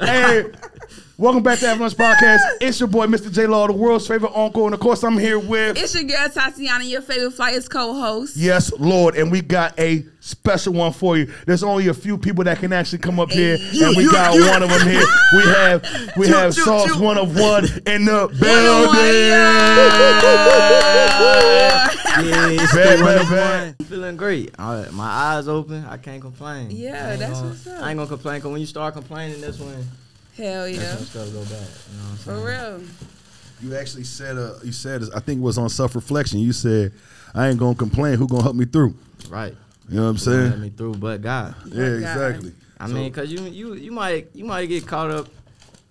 hey, welcome back to Avalanche Podcast. It's your boy, Mr. J Law, the world's favorite uncle, and of course, I'm here with It's your girl Tatiana, your favorite flyers co-host. Yes Lord, and we got a special one for you. There's only a few people that can actually come up here, and we you- got you- one of them here. We have we Choo, have choo, Sauce choo. One of One in the One, building. yeah. Yeah, it's Bad, bad, the one on bad. one. Feeling great. I, my eyes open. I can't complain. Yeah, I ain't that's gonna- what's up. I ain't gonna complain because when you start complaining, that's when Hell that's yeah. when stuff go bad. You know what I'm For saying? real. You actually said, uh, you said, I think it was on self reflection. You said, I ain't gonna complain. Who gonna help me through? Right. You know what I'm Let saying? me through, but God. Yeah, exactly. I mean, cause you you you might you might get caught up.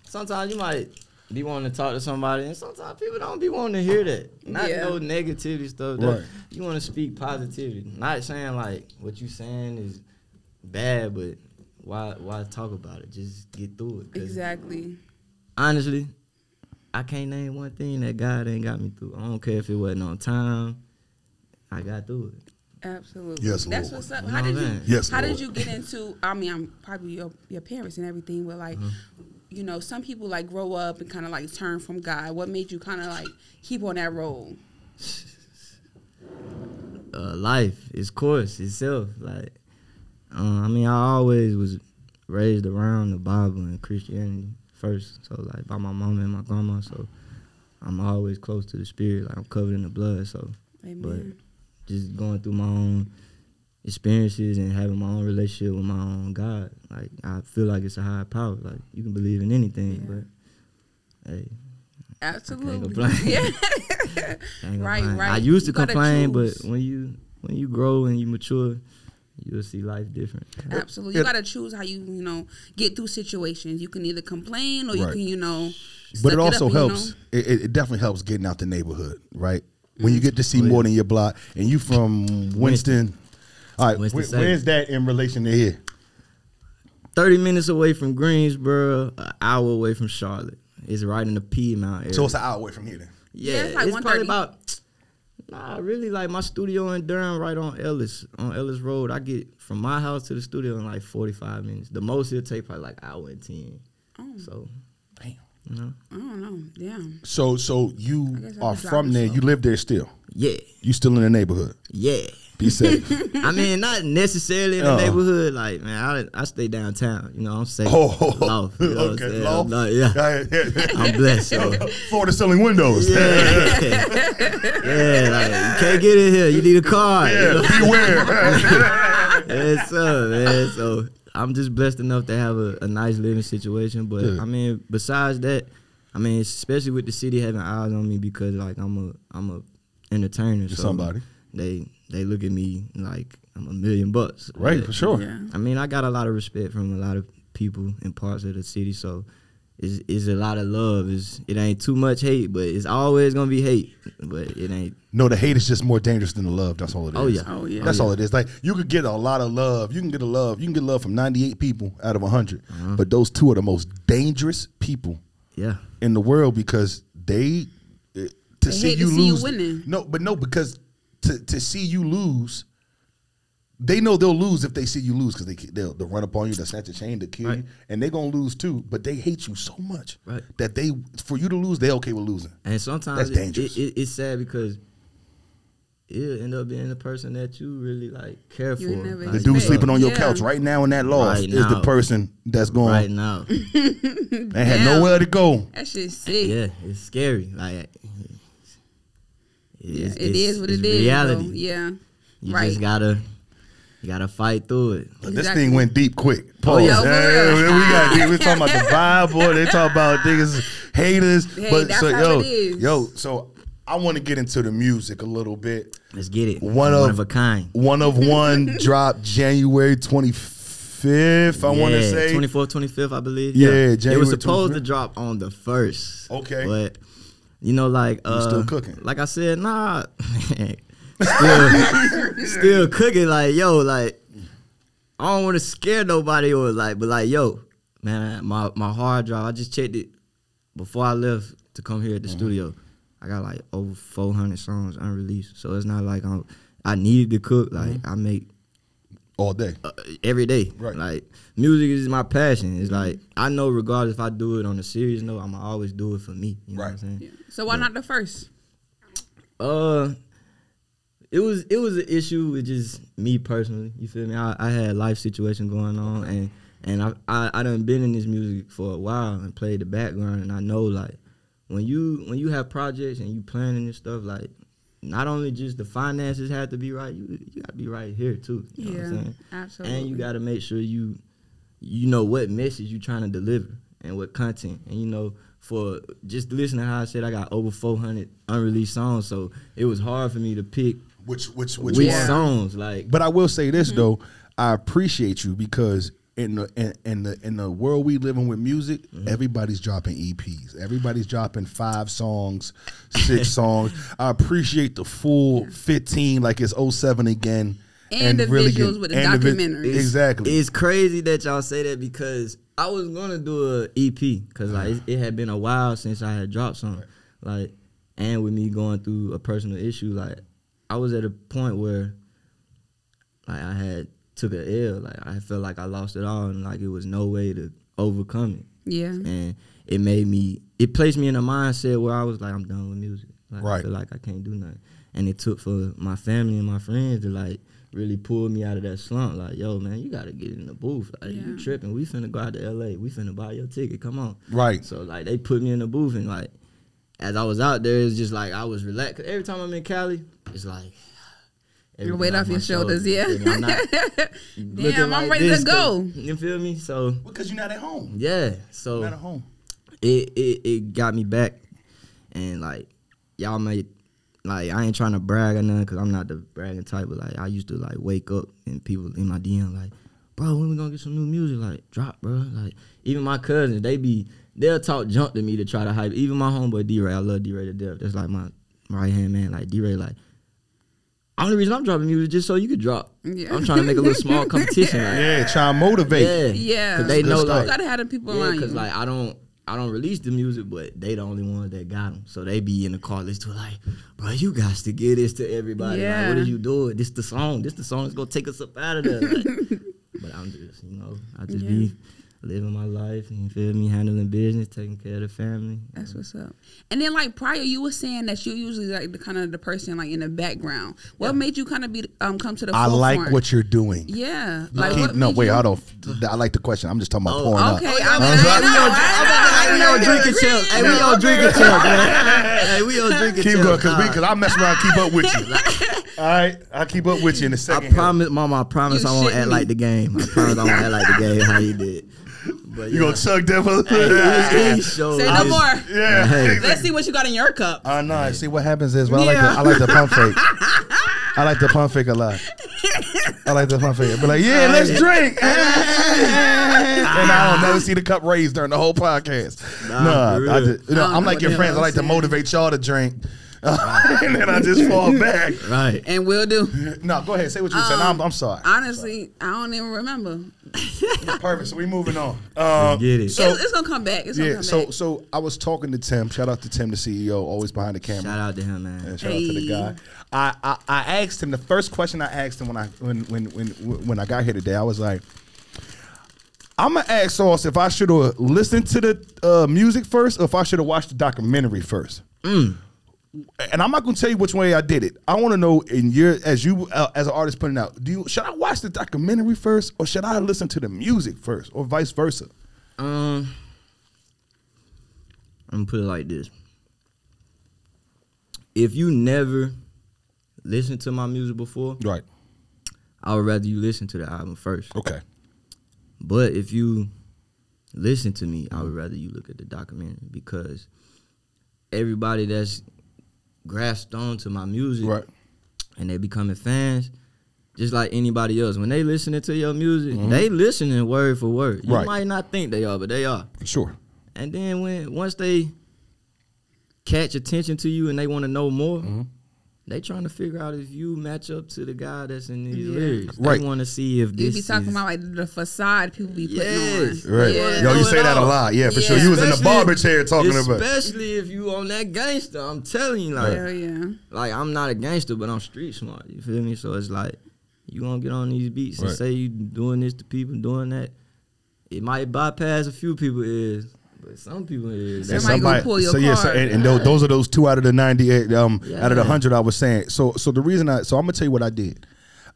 Sometimes you might be wanting to talk to somebody, and sometimes people don't be wanting to hear that. Not Yeah. no negativity stuff. That Right. You want to speak positivity. Not saying like what you saying is bad, but why why talk about it? Just get through it. 'Cause Exactly. Honestly, I can't name one thing that God ain't got me through. I don't care if it wasn't on time. I got through it. Absolutely. Yes, That's Lord. what's up. You How know did what I'm you saying? Yes, how did Lord. you get into I mean, I'm probably your, your parents and everything, but like Mm-hmm. you know, some people like grow up and kind of like turn from God. What made you kind of like keep on that road? uh, life, its course, itself. Like, um, I mean, I always was raised around the Bible and Christianity first. So, like, by my mom and my grandma. So, I'm always close to the spirit. Like, I'm covered in the blood. So, Amen. but just going through my own experiences and having my own relationship with my own God. Like, I feel like it's a higher power. Like, you can believe in anything, Yeah. but hey, Absolutely. complain. Yeah. I ain't gonna Right, complain. right. I used to You gotta complain, but choose. when you when you grow and you mature, you'll see life different. Absolutely. You got to choose how you, you know, get through situations. You can either complain or you Right. can, you know, But suck it up, also you helps. know? It, it, it definitely helps getting out the neighborhood, right? When you get to see more than your block, and you from Winston. All right, Winston where- Salem. where's that in relation to here? Thirty minutes away from Greensboro, an hour away from Charlotte. It's right in the Piedmont area. So it's an hour away from here. Then. yeah, Yeah, it's like probably 130. about. Nah, really, like my studio in Durham, right on Ellis, on Ellis Road. I get from my house to the studio in like forty five minutes. The most it'll take probably like hour and ten. Oh. So, damn, you know, I don't know. Damn. So, so you guess I are could drive from there. myself. You live there still. yeah, You still in the neighborhood. yeah. Be safe. I mean, not necessarily in the Uh-uh. neighborhood. Like, man, I, I stay downtown. You know, I'm safe. oh, Loft, you know what I'm okay, saying? loft. No, yeah, I'm blessed. So. Floor to ceiling windows. Yeah, yeah. Like, you can't get in here. You need a car. You know? Yeah, beware. Yes, sir, man. So I'm just blessed enough to have a, a nice living situation. But Yeah. I mean, besides that, I mean, especially with the city having eyes on me because like I'm a I'm a entertainer. So somebody. They they look at me like I'm a million bucks. right, But- for sure. Yeah. I mean, I got a lot of respect from a lot of people in parts of the city, so it's, it's a lot of love. It's, it ain't too much hate, but it's always gonna be hate. But it ain't. No, the hate is just more dangerous than the love. That's all it is. Oh, yeah. Oh, yeah. That's all it is. Like you could get a lot of love. You can get a love. You can get love from 98 people out of 100. Mm-hmm. But those two are the most dangerous people Yeah, in the world because they uh, to see hate to you see you lose. winning. No, but no because to to see you lose they know they'll lose if they see you lose because they they'll, they'll run up on you, they'll snatch a chain, they'll kill you, Right. and they're gonna lose too. But they hate you so much Right. that they for you to lose, they're okay with losing. and sometimes That's it- dangerous. It, it, it's sad because it'll end up being the person that you really like care for. You never Like, The dude Yeah. sleeping on your Yeah. couch right now in that loss Right is the now. person that's going right now. and had Damn. nowhere to go. That shit's sick. yeah, it's scary. Like. Yeah, It's, it is what it's it is. Reality. though. Yeah. You right. just gotta, you gotta fight through it. But Exactly. This thing went deep quick. Pause. Oh, yeah, for Hey, real. we got deep. We're talking about the vibe, boy. They talk about niggas haters. Hey, but that's so how yo, it is. yo, so I want to get into the music a little bit. Let's get it. One of, one of a kind. One of one dropped January twenty fifth. I want to Yeah, say 24th, 25th, I believe. Yeah, It January was supposed 25th. to drop on the first. Okay. But you know, like uh, still cooking. Like I said, nah. still, still cooking. Like yo, like I don't want to scare nobody or like, but like yo, man, my my hard drive. I just checked it before I left to come here at Mm-hmm. the studio. I got like over Mm-hmm. 400 songs unreleased, so it's not like I'm. I needed to cook. Like I make all day. uh, every day. Right. Like music is my passion. It's like I know regardless if I do it on a serious note, I'ma always do it for me. You know what I'm Right. saying? Yeah. So why not the first? Uh, it was it was an issue with just me personally. You feel me? I, I had life situation going on, and and I, I I done been in this music for a while and played the background, and I know like when you when you have projects and you planning and stuff like. Not only just the finances have to be right, you, you gotta be right here too. You know what I'm saying? absolutely. And you got to make sure you you know what message you trying to deliver and what content. And you know, for just listening to how I said I got over 400 unreleased songs, so it was hard for me to pick Which which which, which one? songs like But I will say Mm-hmm. this though, I appreciate you because in the in, in the in the world we live in with music, Mm-hmm. everybody's dropping EPs. Everybody's dropping five songs, six songs. I appreciate the full fifteen, like it's 07 again. And the really visuals get- with the and vi- documentaries. exactly. It's crazy that y'all say that because I was gonna do a EP because like it, it had been a while since I had dropped something. Like, and with me going through a personal issue, like I was at a point where like I had took a L. Like I felt like I lost it all and like it was no way to overcome it. Yeah. And it made me it placed me in a mindset where I was like, I'm done with music. Like Right. I feel like I can't do nothing. And it took for my family and my friends to like really pull me out of that slump. Like, yo, man, you gotta get in the booth. Like Yeah. you tripping. We finna go out to LA. We finna buy your ticket. Come on. Right. So like they put me in the booth and like as I was out there, it's just like I was relaxed. 'Cause Every time I'm in Cali, it's like Your weight everything off my your shoulders, yeah. And I'm not looking Damn, I'm like ready this to go. 'cause- You feel me? So because you're not at home. yeah, so Not at home. it, it it got me back, and like y'all may like I ain't trying to brag or nothing because I'm not the bragging type, but like I used to like wake up and people in my DM like, bro, when we gonna get some new music? Like drop, bro. Like even my cousins, they be they'll talk junk to me to try to hype. Even my homeboy D Ray, I love D Ray to death. That's like my right hand man. Like D Ray, like. Only reason I'm dropping music is just so you could drop. Yeah. I'm trying to make a little small competition. Like, Yeah, try and motivate. yeah, Yeah. 'Cause they Good know stuff. like you gotta have the people yeah, around you. cause like I don't, I don't release the music, but they the only ones that got them. So they be in the car listening to it like, bro, you got to give this to everybody. Like, what Yeah. are you doing? This the song. This the song that's gonna take us up out of there. Like, but I'm just, you know, I just Yeah. be living my life. You feel me? Handling business, taking care of the family. That's what's up. And then like prior, you were saying that you usually like the kind of the person like in the background. What made you kind of be um come to the? I like forefront? what you're doing. Yeah. Like, what no, made wait, you- I don't. I like the question. I'm just talking about Oh, pouring Okay, up. I mean, sorry. I We know, gonna- I know, I I'm know, about I to- Hey, we on drinking champs. Hey, we on drinking champs, man. Hey, we on drinking Keep champs. going, cause we, dog. cause I mess around, and keep up with you. All right, I keep up with you in a I second. here. promise, Mama. I promise You I won't shitting act me. like the game. I promise I won't act like the game. How you did, but You gonna chug that motherfucker? Hey, show Say I no just- more. Yeah. Hey. Let's see what you got in your cup. I know. See what happens is, well, Yeah. I like the, I like the pump fake. I like the pump fake a lot. I like the pump fake. Be like, yeah, let's drink. and I don't never see the cup raised during the whole podcast. Nah, Nah, for I real. just, you know, I don't I'm know like what your the friends. I hell like to I'm saying. motivate y'all to drink, and then I just fall back. Right. And we'll do. No, go ahead. Say what you Um, said. I'm, I'm sorry. Honestly, I don't even remember. Perfect. So we moving on. Um, Get it. So it's, it's gonna come back. It's gonna yeah. come So back. so I was talking to Tim. Shout out to Tim, the CEO, always behind the camera. Shout out to him, man. And shout out to the Hey. guy. I, I I asked him the first question I asked him when I when when when when I got here today. I was like, I'm gonna ask Sauce if I should have listened to the uh, music first or if I should have watched the documentary first. And I'm not gonna tell you which way I did it. I want to know in your as you uh, as an artist putting out. Do you should I watch the documentary first or should I listen to the music first or vice versa? Um, I'm gonna put it like this: If you never listened to my music before, Right. I would rather you listen to the album first. Okay. But if you listen to me, I would rather you look at the documentary because everybody that's grasped on to my music, Right. and they becoming fans, just like anybody else. When they listening to your music, they listening word for word. You Mm-hmm. Right. might not think they are, but they are. For sure. And then when once they catch attention to you and they want to know more, Mm-hmm. they trying to figure out if you match up to the guy that's in these Yeah. lyrics. Right. They want to see if you this be talking is, about like the facade people be putting Yes. on. Right. Yeah. Yo, you Know say it that a all. lot. Yeah, for sure. Yeah. You was in the Especially- barber chair talking about. Especially if you on that gangster, I'm telling you, like, Hell yeah. like I'm not a gangster, but I'm street smart. You feel me? So it's like You gonna get on these beats Right. and say you doing this to people, doing that. It might bypass a few people ears, but some people ears. Somebody That's, gonna pull your so yeah, so, card. and, and tho- those are those two out of the ninety-eight, um, out of the Yeah. hundred I was saying. So, so the reason I, so I'm gonna tell you what I did.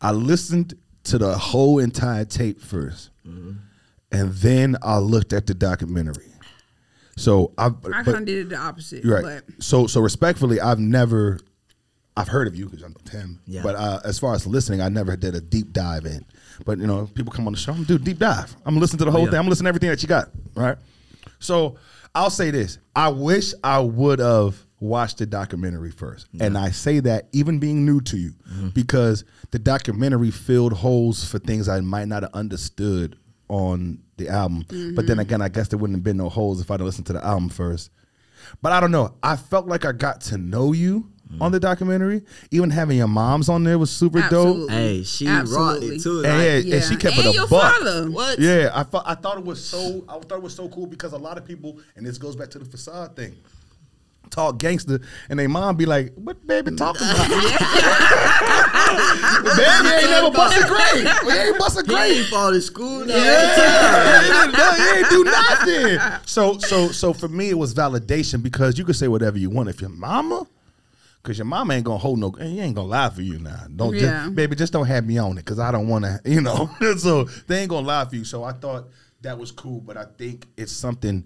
I listened to the whole entire tape 1st and then I looked at the documentary. So I, I but- kind of did it the opposite. You're right. But So so respectfully, I've never, I've heard of you because I'm Tim. Yeah. But uh, as far as listening, I never did a deep dive in. But you know, people come on the show, I'm gonna do a deep dive. I'm gonna listen to the whole yeah. thing. I'm gonna listen to everything that you got. Right. So I'll say this: I wish I would have watched the documentary first, and I say that even being new to you, because the documentary filled holes for things I might not have understood on the album. But then again, I guess there wouldn't have been no holes if I'd have listened to the album first. But I don't know. I felt like I got to know you on the documentary. Even having your moms on there was super dope. absolutely. hey, she rocked Absolutely. it too. And, like, yeah, and she kept it a your buck. father. What? Yeah, I thought I thought it was so I thought it was so cool because a lot of people, and this goes back to the facade thing, talk gangster, and they mom be like, "What baby talking about? baby ain't never bust a grave. We ain't bust a He grave. ain't fall to school. now. Yeah, you ain't done- you ain't do nothing. So, so, so for me, it was validation because you could say whatever you want if your mama, because your mama ain't gonna hold no, and you ain't gonna lie for you now. Don't, just- Yeah. baby, just don't have me on it because I don't want to, you know. so they ain't gonna lie for you. So I thought that was cool, but I think it's something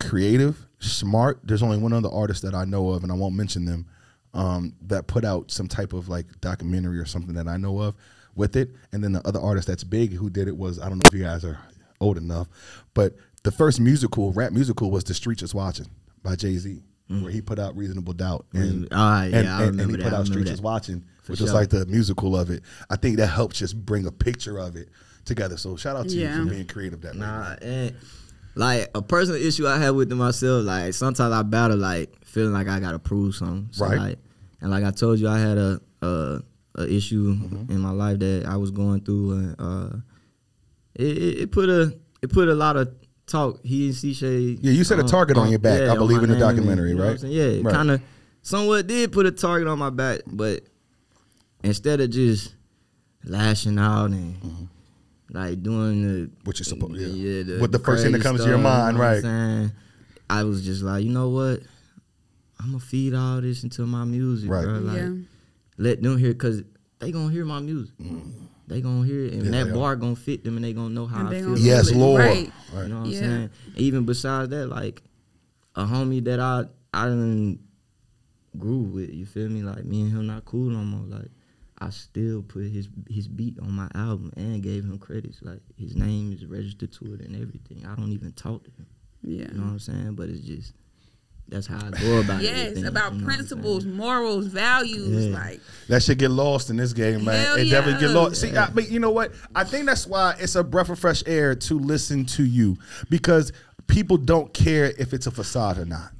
creative, smart. There's only one other artist that I know of, and I won't mention them, um, that put out some type of like documentary or something that I know of with it. And then the other artist that's big who did it was I don't know if you guys are old enough, but the first musical, rap musical, was "The Streets Is Watching" by Jay Z, where he put out "Reasonable Doubt" and, Reasonable- Mm. ah, yeah, and, I and- and he remember that, put I out remember "Streets that. Is Watching," For which was sure. like the musical of it. I think that helped just bring a picture of it together. So shout out to Yeah. you for being creative that night. Nah, and like a personal issue I have with myself, like sometimes I battle like feeling like I gotta prove something. So, Right. Like, and like I told you, I had a a, a issue Mm-hmm. in my life that I was going through, and uh, it, it, it put a it put a lot of talk. He and C Shade. Yeah, you set a target on your back, I believe, my in the name and- documentary, you know what right? I'm saying? Yeah, Right. kind of somewhat did put a target on my back, but instead of just lashing out and like doing the Mm-hmm. What you suppo- yeah. the, What the first thing that crazy comes to your stuff, mind, you know what right. I'm saying? I was just like, you know what? I'm gonna feed all this into my music, Right. bro. Like, Yeah. let them hear because they gonna hear my music. They gonna hear it, and Mm-hmm. Yeah, they that are. bar gonna fit them, and they gonna know how And I they feel. gonna Yes, Really? Lord. Right. Right. You know what Yeah. I'm saying? Even besides that, like a homie that I I done grew with, you feel me? Like me and him not cool no more. Like I still put his his beat on my album and gave him credits. Like his name is registered to it and everything. I don't even talk to him. Yeah. You know what I'm saying? But it's just that's how I go about it. Yes, about principles, morals, values, Yeah. like That should get lost in this game, man. Hell it definitely yeah. get lost. See, I, but you know what? I think that's why it's a breath of fresh air to listen to you because people don't care if it's a facade or not.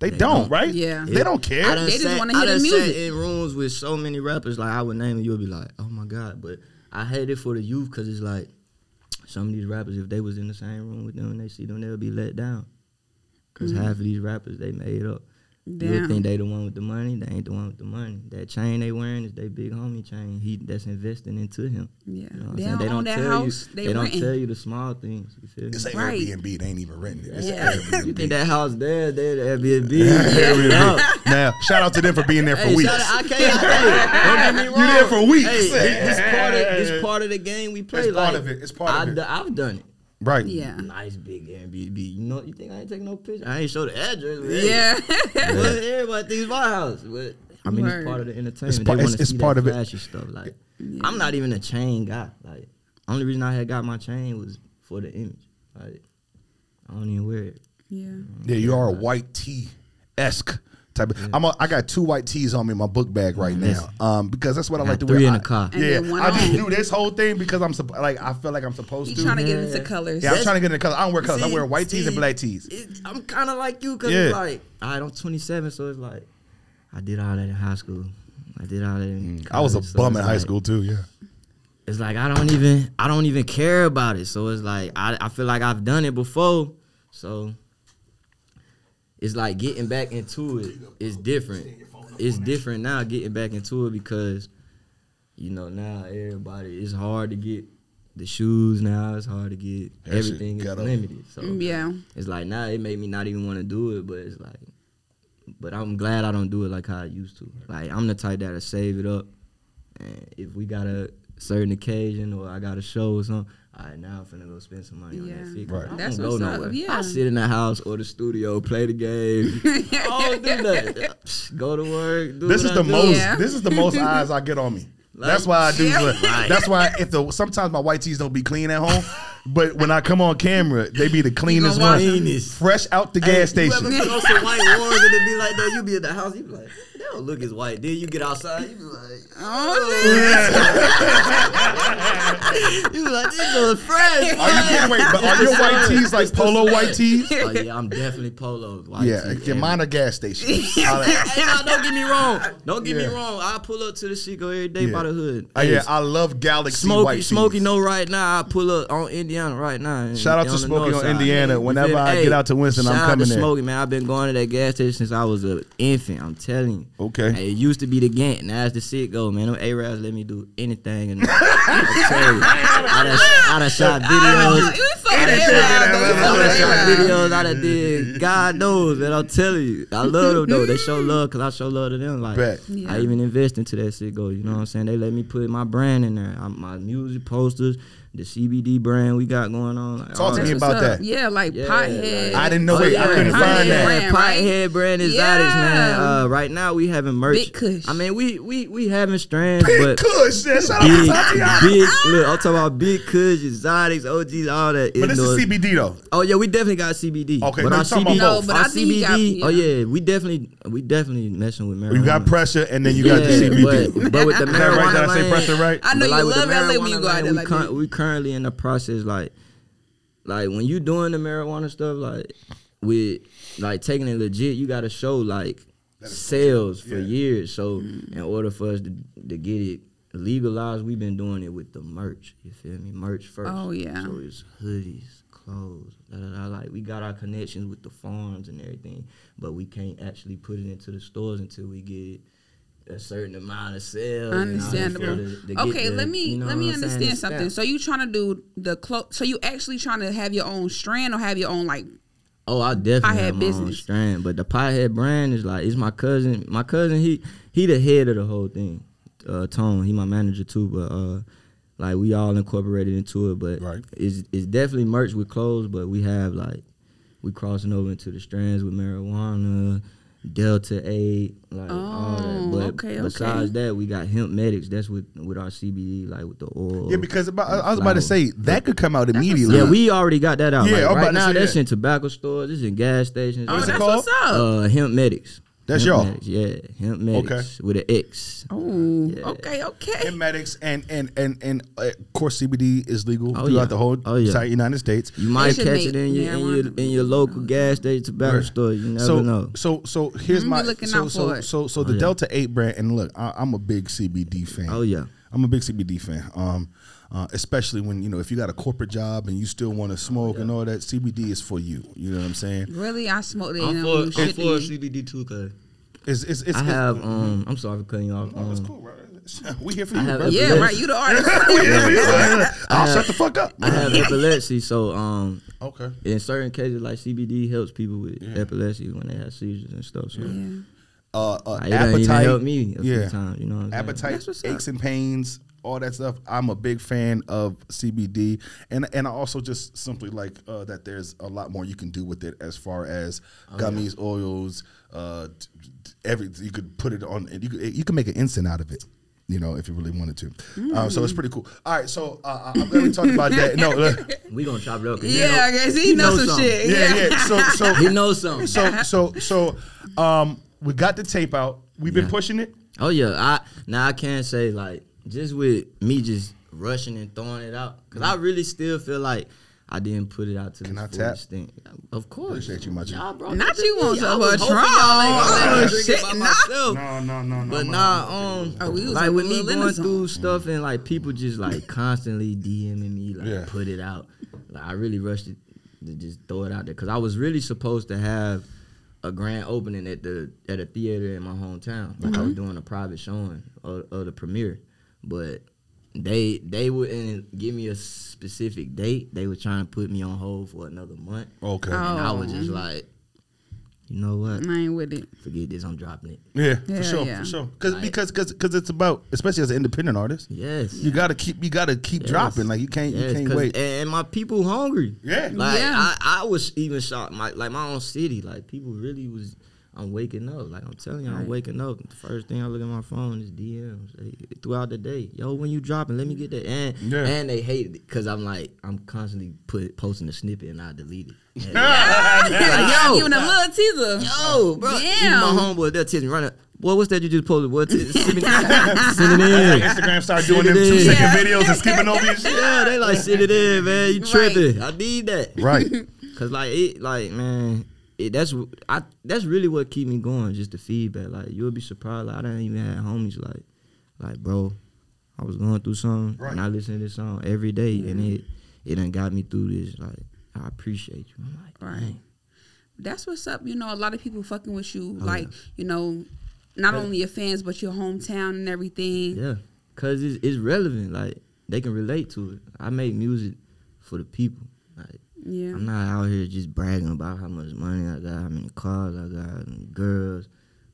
They, don't, don't. right? Yeah. they don't care. I done They just sat- wanna I hear the done music. Sat in rooms with so many rappers, like I would name and you'll be like, oh my god. But I hate it for the youth because it's like some of these rappers, if they was in the same room with them and they see them, they'll be let down. because half of these rappers they made up. You Mm. Damn. would think they the one with the money? They ain't the one with the money. That chain they wearing is they big homie chain. He that's investing into him. Yeah. You know what I'm They saying? don't own that tell house, You, they they, don't renting. tell you the small things. You feel me? it's like Right. Airbnb. They ain't even renting it. It's Yeah. Airbnb. You think that house there, there, the Airbnb? Yeah. now, shout out to them for being there for Hey, weeks. shout out, I can't, I can't. Don't get me wrong. You there for weeks. Hey, this, this part of, this part of the game we play. It's like, part of it. It's part of I it. do- I've done it. right. yeah. Nice big Airbnb. You know, you think I ain't taking no picture? I ain't show the address. but hey, Yeah. Well, everybody thinks my house, but I mean Word. it's part of the entertainment. It's part- they want it's- to it's see part that of it. flashy stuff. Like I'm not even a chain guy. Like only reason I had got my chain was for the image. Like I don't even wear it. yeah. Yeah, you are a white tee esque type. Of, I'm a, I got two white tees on me in my book bag right now, um, because that's what I, got like to wear. three in I- the car. And Yeah, then one I just on. do this whole thing because I'm supp- like I feel like I'm supposed He to. trying to get into Yeah. colors. yeah, I'm That's- trying to get in the colors. I don't wear colors. I See, wear white tees and see, black tees. it- I'm kind of like you because Yeah. it's like all right, I'm 27, so it's like I did all that in high school. I did all that. In Mm, I was a college, so bum it's in high like- school too. Yeah, it's like I don't even I don't even care about it. So it's like I, I feel like I've done it before. So it's like getting back into it is different. It's different now getting back into it because you know, now everybody it's hard to get the shoes now, it's hard to get That shit everything is ghetto. limited. So Yeah. it's like now it made me not even want to do it, but it's like, but I'm glad I don't do it like how I used to. Like I'm the type that'll save it up, and if we got a certain occasion or I got a show or something, all right, now I'm finna go spend some money on Yeah. that fit. Right. I That's don't go what's up, nowhere. yeah. I sit in the house or the studio, play the game. I don't do nothing. Psh, go to work. Do This is what I the do. most. Yeah. This is the most eyes I get on me. that's why I do. Like- the- That's why if the sometimes my white tees don't be clean at home, but when I come on camera, they be the cleanest gonna wash ones, Cleanest. fresh out the gas Hey, station. You ever go to white wars and it be like that? You be at the house, you be like, they don't look as white. Then you get outside, you be like, Oh, you be like, this is fresh. Are you kidding? Wait, but are your white tees like polo white tees? Oh yeah, I'm definitely polo. White Yeah, tee, your and- mine are gas station. All that. Hey, no, don't get me wrong. Don't get Yeah. me wrong. I pull up to the Chico every day Yeah. by the hood. Oh, Hey, yeah, I love Galaxy white Smokey, tees. Smokey, no, right now I pull up on Indiana right now. and Shout out to on the Smokey north on side. Indiana. You feel Whenever me? I get out to Winston, I'm shout out coming to there. Smokey, man, I've been going to that gas station since I was an infant. I'm telling you. Okay. Hey, it used to be the Gantt, now it's the sit go, man. Them A-Raps let me do anything. And I tell you, I done, I done shot videos. it was so I done shot bad. videos. I done did. God knows, man. I'm telling you, I love them though. They show love because I show love to them. Like Bet. I Yeah. even invest into that shit go. You know what I'm saying? They let me put my brand in there. I, my music posters, the CBD brand we got going on. Like, Talk all to that. me about that. Yeah, like Yeah, pothead. like- I didn't know it. I couldn't Pothead find that. brand, right? Pothead brand exotics, man. Yeah. Uh, right now we having merch. Big Kush. I mean, we we we having strands, Big but Kush. Yeah, shout out to big, Tatiana. big. Look, I'm talking about big Kush, exotics, OGs, all that. But this indoors. is CBD though. Oh yeah, we definitely got CBD. Okay, but no, our you talking CBD, about both. No, but our I think you got- CBD. Oh yeah. yeah, we definitely, we definitely messing with marijuana. You got pressure, and then you got the Yeah, CBD. But, but with the Is that marijuana, right? Did I say lane- pressure right? I know but, you with love the LA when marijuana you go out lane, there we like that. we currently in the process, like, like when you doing the marijuana stuff, like with like taking it legit, you got to show like sales for Yeah. years. So Mm-hmm. in order for us to, to get it legalized, we've been doing it with the merch. You feel me? Merch first. Oh, yeah. So it's hoodies, clothes. Da, da, da. Like we got our connections with the farms and everything, but we can't actually put it into the stores until we get. A certain amount of sales. and all that stuff Understandable. to- to get Okay, the- let me you know let what me I'm saying? understand It's something. that. So you trying to do the clothes? So you actually trying to have your own strand or have your own like? Oh, I definitely Pothead have my own business. strand, but the pothead brand is like it's my cousin. My cousin, he he the head of the whole thing. Uh, Tone, he my manager too, but uh, like we all incorporated into it. But Right. it's it's definitely merch with clothes, but we have like we crossing over into the strands with marijuana, Delta Eight, like all Oh, that. But okay, okay. besides that, we got hemp medics. That's with with our CBD, like with the oil. Yeah, because about, I was about to flowers. say that could come out immediately. Yeah, we already got that out. Yeah, Yeah, I'm like, about to right now say that's that. in tobacco stores, it's in gas stations. Oh, What's it that's called? what's up. Uh, hemp medics. That's Hemp y'all? medics, Yeah, hemp medics with an X. Uh, oh, okay, okay. And medics and and and and uh, of course CBD is legal Oh, throughout yeah. the whole Oh, yeah. entire United States. You might should catch make it in your, in your marijuana. in your local gas station tobacco Right. store. You never so know. Oh, so so here's I'm my looking so out so, for it. so so the yeah. Delta Eight brand and look I, I'm a big CBD fan. Oh yeah, I'm a big CBD fan. Um, uh, especially when you know if you got a corporate job and you still want Oh, to smoke and all that, CBD is for you. You know what I'm saying? Really, I smoked it. and it was shitty. CBD too, cause It's it's it's. I it's- have um. I'm sorry for cutting you off. Oh, that's Um, cool, right? We here for you. I have- bro. Yeah, Yes. right. You the artist. I'll shut the fuck up. I have epilepsy, so um, Okay. in certain cases, like CBD helps people with epilepsy when they have seizures and stuff. So Yeah. Uh, uh, like, it done even appetite. helped me a yeah. few times. You know, what I'm saying? appetite That's what's aches and pains all that stuff i'm a big fan of cbd and and i also just simply like uh, that there's a lot more you can do with it as far as Oh, gummies oils uh t- t- every you could put it on and you could, you can make an instant out of it you know if you really wanted to Uh, so it's pretty cool all right so uh, I- i'm glad we talked about that no look, We gonna chop it up. 'cause he Yeah, I know- guess he knows some something. shit. yeah yeah so so He knows something. so so so um we got the tape out we've been pushing it Oh yeah, I now I can say like just with me just rushing and throwing it out because I really still feel like I didn't put it out to Can the I full tap? extent. Of course, Appreciate you, my G. Y'all brought Not it to you me. want I some was of a hoping troll. y'all ain't gonna let me Oh, drink shit, it by nah. myself. No, no, no, no. But no. nah, um, Oh, we was like on with a me little going innocent. through stuff and like people just like constantly DMing me, like Yeah. put it out. Like I really rushed it to just throw it out there because I was really supposed to have a grand opening Mm-hmm. at the at a theater in my hometown. Like I was doing a private showing of, of the premiere, but they they wouldn't give me a specific date. They were trying to put me on hold for another month, Okay. Oh. and I was just like, you know what? I ain't with it. Forget this. I'm dropping it. yeah, Yeah, for sure, yeah. for sure. Cause, Like- because because because it's about especially as an independent artist, Yes. you gotta keep you gotta keep Yes. dropping. Like you can't Yes, you can't 'cause- wait. And, and my people hungry. Yeah. Like Yeah. I, I was even shocked. My like my own city. Like people really was. I'm waking up. Like I'm telling you, I'm Right. waking up. The first thing I look at my phone is DMs like, throughout the day. Yo, when you dropping? Let me get that. And Yeah. and they hate it because I'm like I'm constantly put posting a snippet and I delete it. And- Yeah, yo. giving a little teaser. Yo, bro, even Damn. my homeboy they'll text me right now. Boy, what's that you just posted? What? Send it send it in. Instagram started doing them Shit it two is. second videos and skipping over your shit. Yeah, they like send it in, man. You Right. tripping? I need that. Right. Cause like it, like man, it, that's wh- I. That's really what keep me going. Just the feedback. Like you'll be surprised. Like, I didn't even have homies. Like, like bro, I was going through something, Right. and I listen to this song every day, and it it done got me through this. Like I appreciate you. I'm like, Right. dang. That's what's up. You know, a lot of people fucking with you. Oh, like, yeah. you know, not only your fans but your hometown and everything. Yeah, cause it's, it's relevant. Like they can relate to it. I make music for the people. Like Yeah. I'm not out here just bragging about how much money I got, how many cars I got, and girls.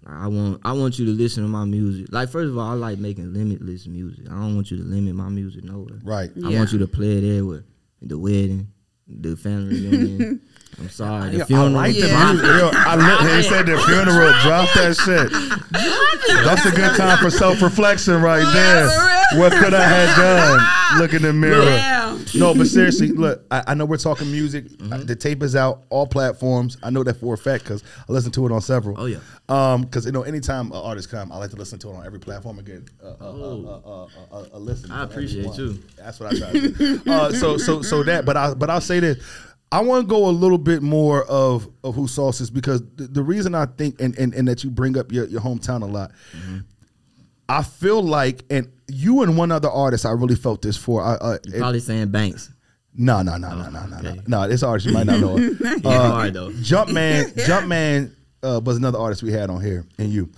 Like, I want I want you to listen to my music. Like first of all, I like making limitless music. I don't want you to limit my music nowhere. Right. I want you to play it everywhere. The wedding, the family reunion. I'm sorry, the funeral. the Yeah. music. Yo, I look, he said the funeral. Drop that shit. That's a good time for self reflection right Yeah, for there. real. What could I have done? Look in the mirror. Yeah. No, but seriously, look, I, I know we're talking music. Uh, Mm-hmm. The tape is out, all platforms. I know that for a fact because I listened to it on several. Oh, yeah. Because, you know, anytime an artist come, I like to listen to it on every platform and get uh, uh, Oh. uh, uh, uh, uh, a listen. I from every appreciate one. you. That's what I try to do. uh, so, so, so that, but I, but I'll say this. I want to go a little bit more of, of who Sauce is because the, the reason I think and, and, and that you bring up your, your hometown a lot, Mm-hmm. I feel like and you and one other artist I really felt this for. I, uh, and- Probably saying Banks. no, no, no, no, no, no, no. okay. No, this artist you might not know. Uh, it. Yeah, hard though. Jumpman, Jumpman uh, was another artist we had on here, and you.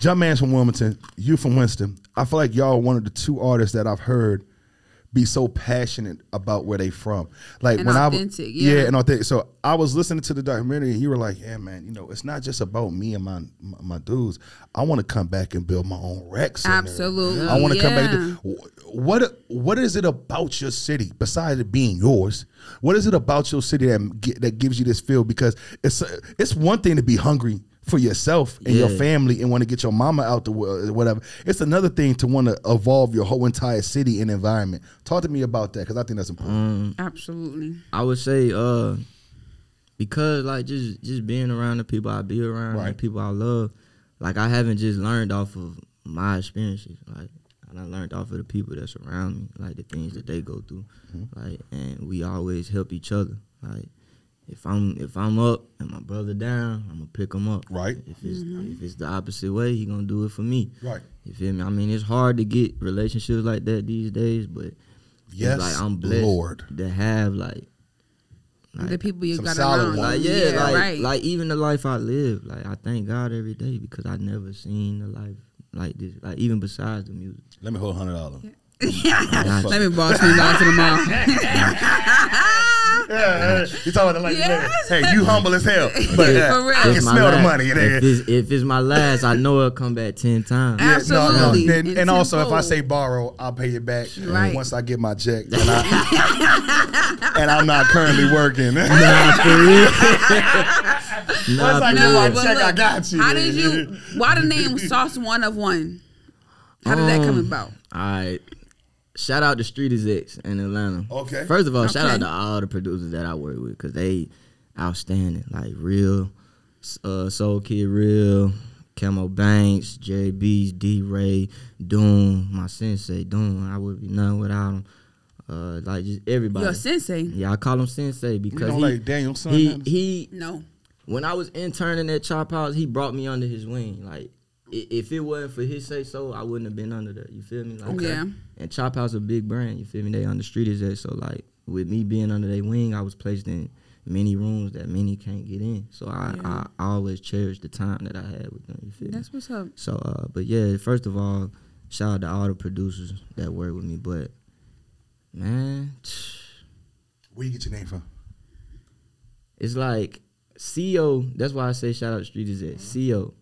Jumpman's from Wilmington, you from Winston. I feel like y'all are one of the two artists that I've heard be so passionate about where they from. Like And when I authentic, w- yeah. yeah, and authentic. So I was listening to the documentary, and you were like, "Yeah, man, you know, it's not just about me and my my, my dudes. I want to come back and build my own Rex. Absolutely, I want to come back. yeah. And do, Wh- what what is it about your city besides it being yours? What is it about your city that gi- that gives you this feel? Because it's it's one thing to be hungry for yourself and your Yeah. family and want to get your mama out the world or whatever. It's another thing to want to evolve your whole entire city and environment. Talk to me about that because I think that's important. Mm. Absolutely. I would say uh because like just just being around the people I be around Right. and people I love, like I haven't just learned off of my experiences. Like I done learned off of the people that's around me, like the things that they go through. Mm-hmm. Like and we always help each other. Like if I'm if I'm up and my brother down, I'm gonna pick him up. Right. If it's if it's the opposite way, he gonna do it for me. Right. You feel me? I mean, it's hard to get relationships like that these days, but it's Yes, like I'm blessed Lord. to have like Like, the people you some got solid around. you. ones. like yeah, like Oh, right. like even the life I live, like I thank God every day because I never seen a life like this. Like even besides the music, Let me hold hundred dollars. Let me borrow twenty dollars to the mall. Yeah, you talking about like Yes. hey, you humble as hell, but, uh, For real. I can It's my last- If it's, if it's my last, I know it'll come back ten times. Yeah. No, no. Absolutely. Then- It's and also, if I tenfold. say borrow, I'll pay you back Right. once I get my check. And, I, and I'm not currently working. Nah, for real. Once I Nah, for get real. my but check, I look, got you. How did you? Why the name Sauce One of One? How did that come Um, about? All right. Shout out to Street is X in Atlanta. Okay. First of all, shout Okay. out to all the producers that I work with because they outstanding. Like real, uh, Soul Kid, real, Camo Banks, Jerry B's, D Ray, Doom, my sensei Doom. I would be nothing without him. Uh, like just everybody. Your sensei? Yeah, I call him sensei because don't he, like Daniel Son he Anderson? he No. when I was interning at Chop House, he brought me under his wing. Like, i- if it wasn't for his say so, I wouldn't have been under that. You feel me? Like, Okay. Yeah. And Chop House a big brand. You feel me? They on the street is that. So like, with me being under their wing, I was placed in many rooms that many can't get in. So I, Yeah. I, I always cherish the time that I had with them. You feel me? That's what's up. So, uh, but yeah, first of all, shout out to all the producers that work with me. But man, Where you get your name from? it's like CEO. That's why I say shout out to Street is at CEO.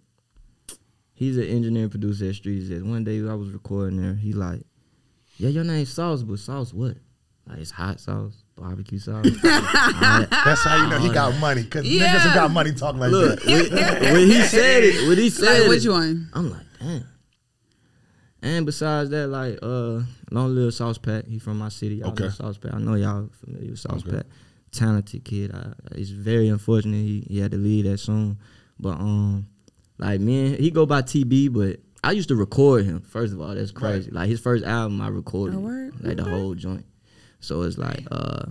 He's an engineer producer at Street is at. One day I was recording there. He like, yeah, your name's Sauce, but Sauce what? Like it's hot sauce, barbecue sauce. All that. That's how you know he got money because Yeah. niggas who got money talk like Look, that. when, when he said it, when he said Like, it, which one? I'm like, damn. And besides that, like, uh, Long Little Sauce Pat, he from my city. Y'all Okay. know Sauce Pat. I know y'all familiar with Sauce Pat. Talented kid. I, it's very unfortunate he, he had to leave that soon. But um, like man, he go by TB, but I used to record him. First of all, that's crazy. Like his first album, I recorded Oh, it, word. like the Okay. whole joint. So it's like, uh,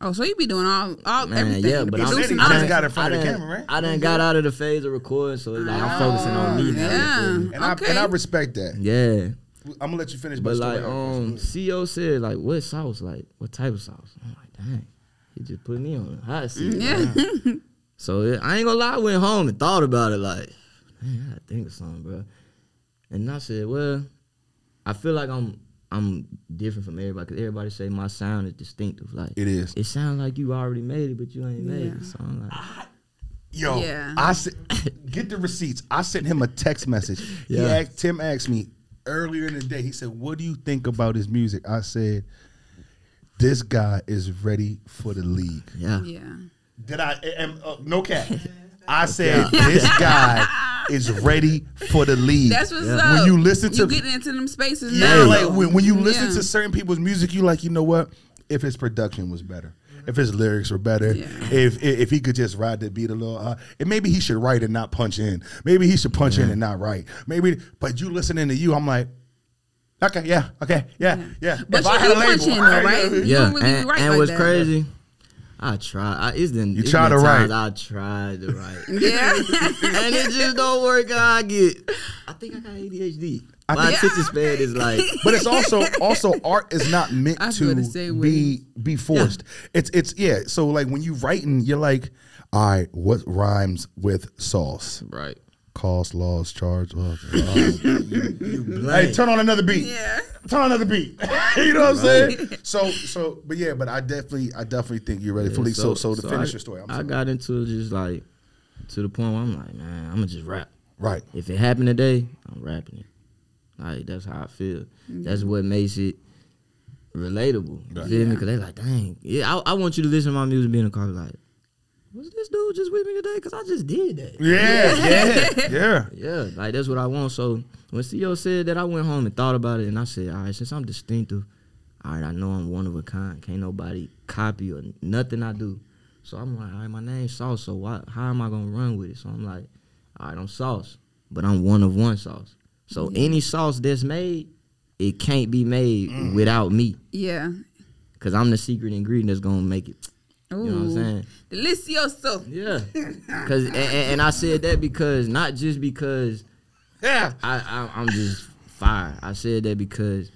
Oh, so you be doing all, all man, everything. yeah, but I'm, Producing I just done- got in front I of the done- camera, right? I done got out of the phase of recording, so it's like I'm focusing on Oh, me now. Yeah. And, I, okay. and I respect that. Yeah. I'm gonna let you finish, but, But like um CO said, like what sauce? Like what type of sauce? I'm like, dang, he just put me on a hot seat. Mm, yeah. So yeah, I ain't gonna lie, I went home and thought about it like, man, I gotta think of something, bro. And I said, well, I feel like I'm I'm different from everybody because everybody say my sound is distinctive. Like it is. it sounds like you already made it, but you ain't made Yeah. it. So I'm like, Yo, Yeah. I se- get the receipts. I sent him a text message. He Yeah. asked, Tim asked me earlier in the day. He said, "What do you think about his music?" I said, "This guy is ready for the league." yeah, Yeah. Did I? am- uh, no cap. I said, "This guy is ready for the league." That's what's When up. you listen to- you getting into them spaces Yeah, now. like when, when you listen Yeah. to certain people's music, you like, you know what? If his production was better, if his lyrics were better, Yeah. if, if if he could just ride the beat a little, uh, and maybe he should write and not punch in. Maybe he should punch in and not write. Maybe, but you listening to you, I'm like, okay, yeah, okay, yeah, yeah. But you do punch in though, I- right? You yeah. don't really and write and like what's that. crazy? I tried. I, it's been You it's tried been to times write. I tried to write. Yeah. and it just don't work out. I get. I think I got ADHD. I My think- attention span is like. But it's also also art is not meant I was to gonna say, be Willie. be forced. It's it's yeah. So like when you writing, you're like, all right, what rhymes with sauce? Right. Cost, laws, charge. Oh, Blank. Hey, turn on another beat. Yeah. Turn on another beat. you know what I'm saying? So, so, but yeah, but I definitely, I definitely think you're ready for league. So, so, to finish I, your story, I'm I sorry. got into it just like to the point where I'm like, man, I'm gonna just rap. right. If it happened today, I'm rapping it. Like that's how I feel. That's what makes it relatable. You feel me? Because they like, dang, yeah. I, I want you to listen to my music, being in the car, be like, was this dude just with me today? Because I just did that. Yeah, yeah, yeah. Yeah, like that's what I want. So when CEO said that, I went home and thought about it, and I said, all right, since I'm distinctive, all right, I know I'm one of a kind. Can't nobody copy or nothing I do. So I'm like, all right, my name's Sauce. So why, how am I gonna run with it? So I'm like, all right, I'm Sauce, but I'm one of one Sauce. So any sauce that's made, it can't be made without me, Yeah. cause I'm the secret ingredient that's gonna make it. Ooh. You know what I'm saying? Delicioso. Yeah. Cause and, and, and I said that because not just because Yeah. I, I I'm just fire. I said that because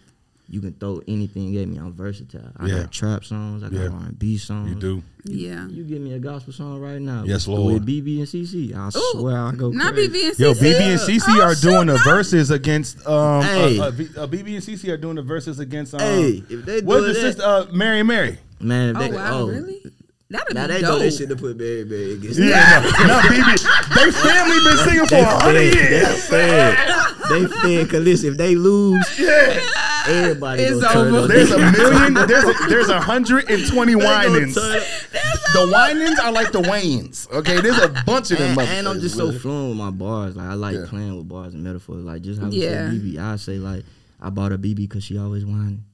you can throw anything at me. I'm versatile. I Yeah. got trap songs. I got Yeah. R&B songs. You do. Yeah. You give me a gospel song right now. Yes, with, Lord. With BB and CC, I Ooh. swear I go Not crazy. BB and CC. Yo, BB and CC Oh, are shoot, doing the no. verses against. Um, Hey. uh, uh, B- uh, BB and CC are doing the verses against. Um, Hey, if they what's the doing that- sister? Uh, Mary, Mary. Man, Oh, they, wow. oh. Really? That'd Now be they know dope. this shit to put Barry Barry against. Yeah, no, no, BB. They family been singing for Oh, hundred years. They fed. They fed. Cause listen, if they lose, everybody It's gonna turn over. up. There's a million. There's a, there's a hundred and twenty They gonna whinings. turn up. The whinings are like the Waynes. Okay, there's a bunch of them. and, and I'm motherfuckers, just so really. fluent with my bars. Like I like Yeah. playing with bars and metaphors. Like just how Yeah. you say BB, I say like I bought a BB because she always whining.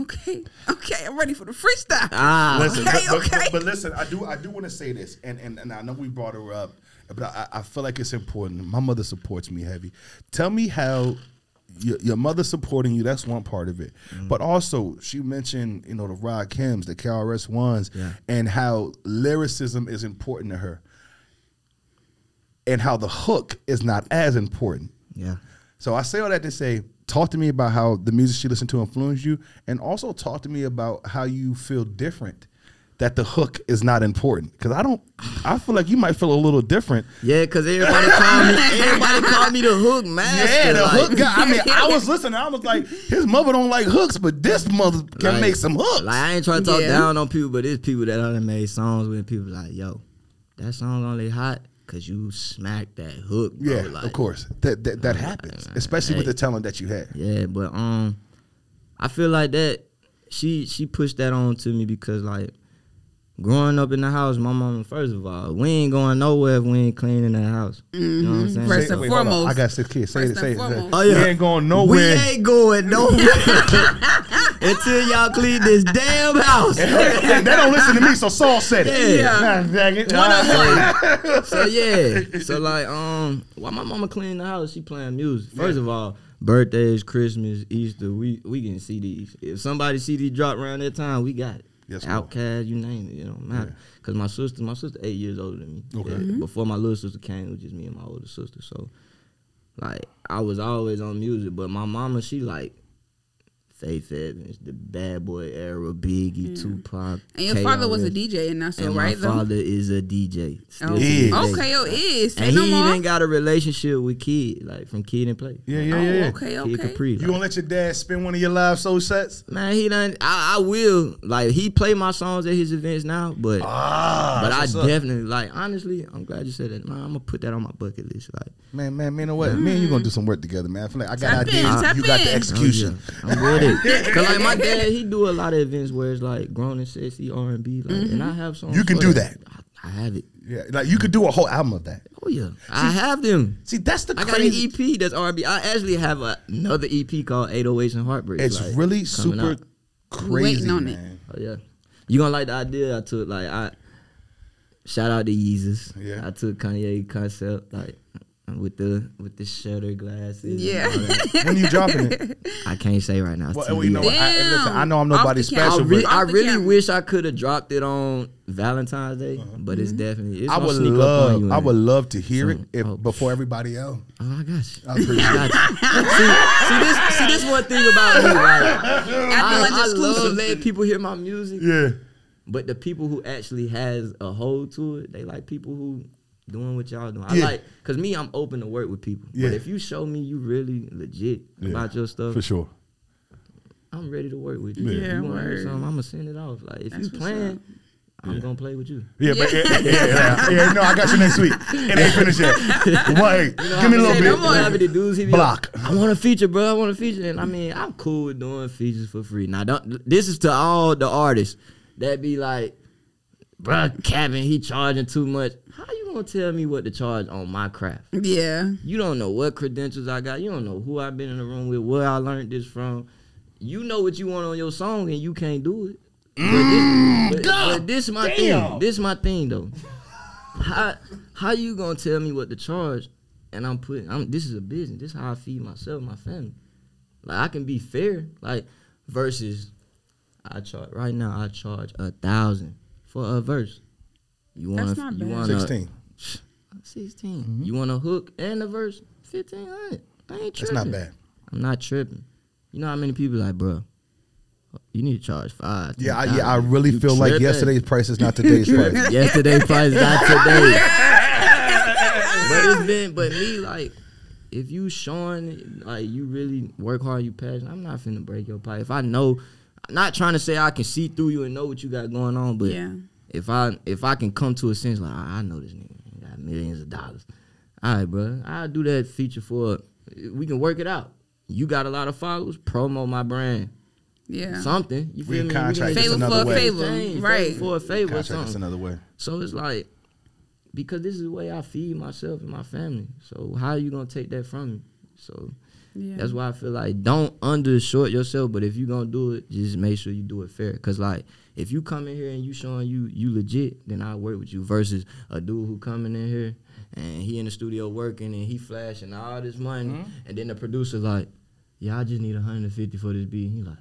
Okay. Okay. I'm ready for the freestyle. Ah, Listen, Okay, but, but- okay. but listen, I do I do want to say this, and, and and I know we brought her up, but I, I feel like it's important. My mother supports me heavy. Tell me how your, your mother supporting you. That's one part of it, Mm. but also she mentioned you know the Rod Kims, the KRS ones, Yeah. and how lyricism is important to her, and how the hook is not as important. yeah, So I say all that to say, talk to me about how the music she listened to influenced you, and also talk to me about how you feel different that the hook is not important because I don't. I feel like you might feel a little different. Yeah, cause everybody called me. Everybody called me the hook master. Yeah, the like, hook guy. I mean, I was listening. I was like, his mother don't like hooks, but this mother can Like- make some hooks. Like I ain't trying to talk Yeah. down on people, but it's people that I done made songs with. People like, yo, that song only hot cause you smacked that hook. Bro. yeah, like, uh, of course. That that, that happens, especially with the talent that you have. Yeah, but um, I feel like that she she pushed that on to me because like growing up in the house, my mama first of all, we ain't going nowhere if we ain't cleaning the house. You know what I'm saying? Mm-hmm. First Say- and wait, hold on. foremost. I got six kids. Say it. First and Say it. say it. foremost. Oh, yeah. We ain't going we nowhere. ain't going nowhere until y'all clean this damn house. they don't listen to me, so Saul said it. Nah, Yeah. dang it. so yeah, so like um, while my mama cleaning the house, she playing music. First of all, birthdays, Christmas, Easter, we we getting CDs. If somebody CD drop around that time, we got it. Yes, ma'am. Outcast, you name it, it don't matter. Cause my sister, my sister eight years older than me. Okay. Yeah, Mm-hmm. Before my little sister came, it was just me and my older sister. So, like, I was always on music, but my mama, she like. Faith Evans, the Bad Boy era, Biggie, Mm. Tupac. And your father was a KRS. DJ, and that's all And right, my though. father is a DJ. Still Oh. Is. to this day. Okay, oh, is. Say And no he more. even got a relationship with Kid, like from Kid and Play. Yeah, oh, yeah, yeah. yeah. okay, Kid okay. Capri. You like, gonna let your dad spin one of your live soul sets? man, he done. I, I will. Like he play my songs at his events now, but Ah, but I that's what's up. definitely like honestly. I'm glad you said that. Man, I'm gonna put that on my bucket list. Like man, man, man, you know what? Me and you gonna do some work together, man. I feel like I got Tap in, ideas, tap you got the in. oh, execution. yeah, I'm with it. Cause like my dad, he do a lot of events where it's like grown and sexy R and B. Like, Mm-hmm. and I have songs. You can for do I, I have it. yeah. like you could do a whole album of that. Oh yeah, I have them. See, that's the I got an crazy. EP that's R&B. I actually have a, another EP called 808s and Heartbreak. it's like, really coming super out. crazy, waiting on it. man. Oh yeah, you gonna like the idea I took? Like I shout out to Yeezus. Yeah. I took Kanye concept like with the with the shutter glasses. and Yeah. all that. when you dropping it? I can't say right now. It's Well, too well, you know early. what? I, and listen, I know I'm Damn. nobody Off the camera. I, special, re- but I Off the really camera. wish I could have dropped it on Valentine's Day, but Mm-hmm. it's definitely. It's Uh-huh. I gonna would sneak up on love, you I and- would love to hear it So, if, oh. before everybody else. Oh, I got you. I appreciate it. See this, see this one thing about me. Like, I, After I lunch love exclusive. letting people hear my music. Yeah, But the people who actually has a hold to it, they like people who doing what y'all doing. I Yeah. like cause me, I'm open to work with people. Yeah. But if you show me you really legit Yeah, about your stuff, for sure. I'm ready to work with you. Yeah. Yeah, you wanna hear word. something, I'm gonna send it off. Like if That's you what's up. playing, I'm gonna play with you. Yeah, but yeah, yeah, yeah, yeah, no, I got you next week. It ain't finished yet. Wait, give me a You little know how many- bit. you know how many dudes hit me Block. up, I want a feature, bro. I want a feature, and I mean, I'm cool with doing features for free. Now, don't. This is to all the artists that be like, bro, Kevin, he charging too much. How you gonna tell me what to charge on my craft? Yeah. You don't know what credentials I got. You don't know who I've been in the room with, where I learned this from. You know what you want on your song, and you can't do it. But this, but, but this my thing. This my thing though. How how you gonna tell me what to charge? And I'm putting. I'm. This is a business. This is how I feed myself, my family. Like I can be fair. Like versus, I charge right now. I charge a thousand for a verse. You want? That's not You bad. want Sixteen. 16. Mm-hmm. You want a hook and a verse? 1500. I ain't That's tripping. not bad. I'm not tripping. You know how many people like, bro, you need to charge five. Yeah, I, 10,000. yeah, I really You feel like tripping. yesterday's price is not today's price. Yesterday's price, not today. but it's been, but me, like, if you showing, like, you really work hard, you passionate, I'm not finna break your pipe. If I know, I'm not trying to say I can see through you and know what you got going on, but Yeah. if I if I can come to a sense like I I know this nigga he got millions of dollars, all right, bro, I'll do that feature for. We can work it out. You got a lot of followers, promo my brand, Yeah. something. You feel We can me? contract make this Favor some- another for a way. favor, change, right. For a favor, or Contract is something. another way. So it's like because this is the way I feed myself and my family. So how you gonna take that from me? So Yeah. that's why I feel like don't undershort yourself. But if you gonna do it, just make sure you do it fair. Cause like if you come in here and you showing you you legit, then I work with you. Versus a dude who coming in here and he in the studio working and he flashing all this money, and then the producer like, yeah, I just need 150 for this beat. He like,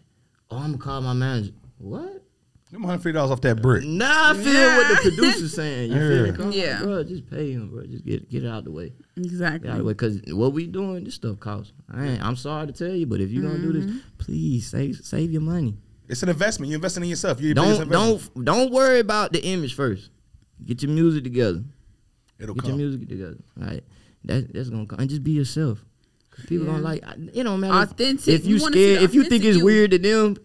oh, I'm gonna call my manager. What? Them hundred fifty dollars off that brick. Nah, I feel what the producer's saying. You feel Yeah. me? Come on, Yeah. bro, just pay him, bro. Just get get it out the way. Get Exactly. out the way, cause what we Mm-hmm. doing, this stuff costs. I ain't, I'm sorry to tell you, but if you gonna do this, please save save your money. It's an investment. You're investing in yourself. You're your biggest Don't investment. don't don't worry about the image first. Get your music together. It'll Get come. your music together. Like that that's gonna come. And just be yourself. 'Cause People Yeah. gonna like I- it don't matter. if- Authentic. If You you wanna see scared, the if you think authentic it's you. weird to them,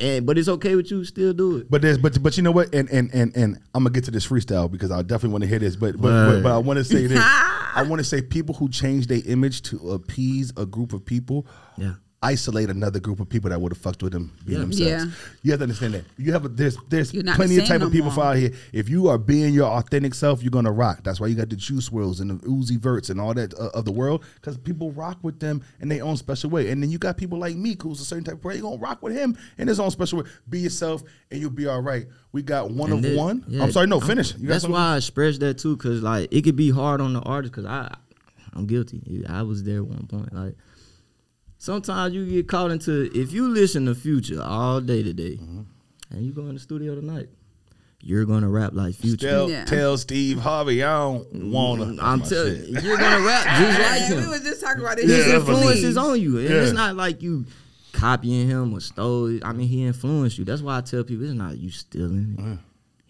and but it's okay with you, still do it. But there's but but you know what? And and and and I'm gonna get to this freestyle because I definitely want to hear this. But but but, Word. but I want to say this. I want to say people who change their image to appease a group of people. Yeah. Isolate another group of people that would have fucked with them being Yeah. themselves. Yeah. You have to understand that. You have a, there's there's You're not plenty the of same type no of people more. for out here. If you are being your authentic self, you're gonna rock. That's why you got the Juice Worlds and the Uzi Verts and all that uh, of the world because people rock with them in their own special way. And then you got people like me, who's a certain type of person. You're gonna rock with him in his own special way. Be yourself, and you'll be all right. We got one And of that- one. yeah, I'm sorry, no, I'm- finish. You got that's something? why I express that too, cause like it could be hard on the artist, cause I, I'm guilty. I was there at one point. Like sometimes you get caught into if you listen to Future all day today, Mm-hmm. and you go in the studio tonight, you're gonna rap like Future. Tell, Yeah. tell Steve Harvey I don't wanna. That's Mm, I'm my telling shit. you, you're gonna rap just like Yeah, him. we was just talking about this. Yeah, his that's what I influence Please. is on you. And Yeah. It's not like you copying him or stole. It. I mean, he influenced you. That's why I tell people it's not you stealing it.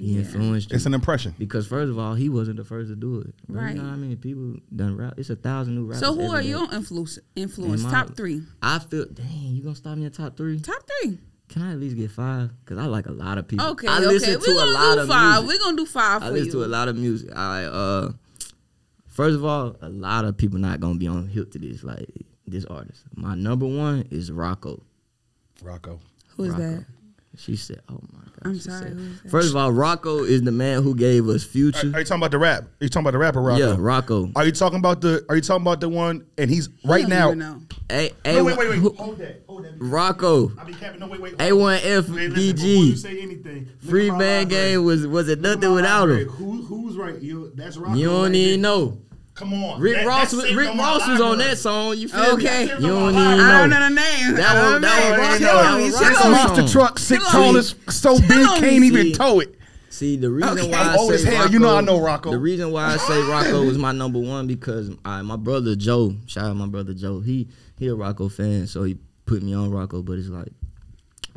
He influenced you. It's an impression. Because first of all, he wasn't the first to do it. Bro, Right. You know how many people done rap? It's a thousand new rappers. So who every are day. your influence? Influence And my- top three. I feel. Dang, you gonna stop me at top three? Top three. Can I at least get five? Cause I like a lot of people. Okay. I okay. We're gonna do five. music. We're gonna do five I for listen you. to a lot of music. I uh, first of all, a lot of people not gonna be on hip to this like this artist. My number one is Rocco. Rocco. Who is Rocco. that? She said, "Oh my god." I'm she sorry, said- who is that? First of all, Rocco is the man who gave us Are, Future. are you talking about the rap? Are you talking about the rapper Rocco? Yeah, Rocco. Are you talking about the? Are you talking about the one? And he's I right don't now. even know. Hey, No, wait, wait, wait. who- Hold that. Hold that. Rocco. I mean, Captain, no, wait, wait. Hey, listen, before you A1FDG. say anything, look at Free my man library. game was was it Look at nothing my without library. him. Who, who's right? You, that's Rocco. You right don't even there. know. Come on. Rick That- Ross that's was saved Rick on my Ross was on library. that song. You feel Okay. me? That's You don't on even my library. I know. don't know the name. That I was- don't that know. was- Chill that on was me, Rocco. chill on me. Monster truck, six Chill on me. tonners, so Chill big, on can't me. even See, tow it. See the reason Okay. why I Old say as hell. Rocco, You know I know Rocco. The reason why I say Rocco was my number one because I, my brother Joe, shout out my brother Joe, he he a Rocco fan, so he put me on Rocco. But it's like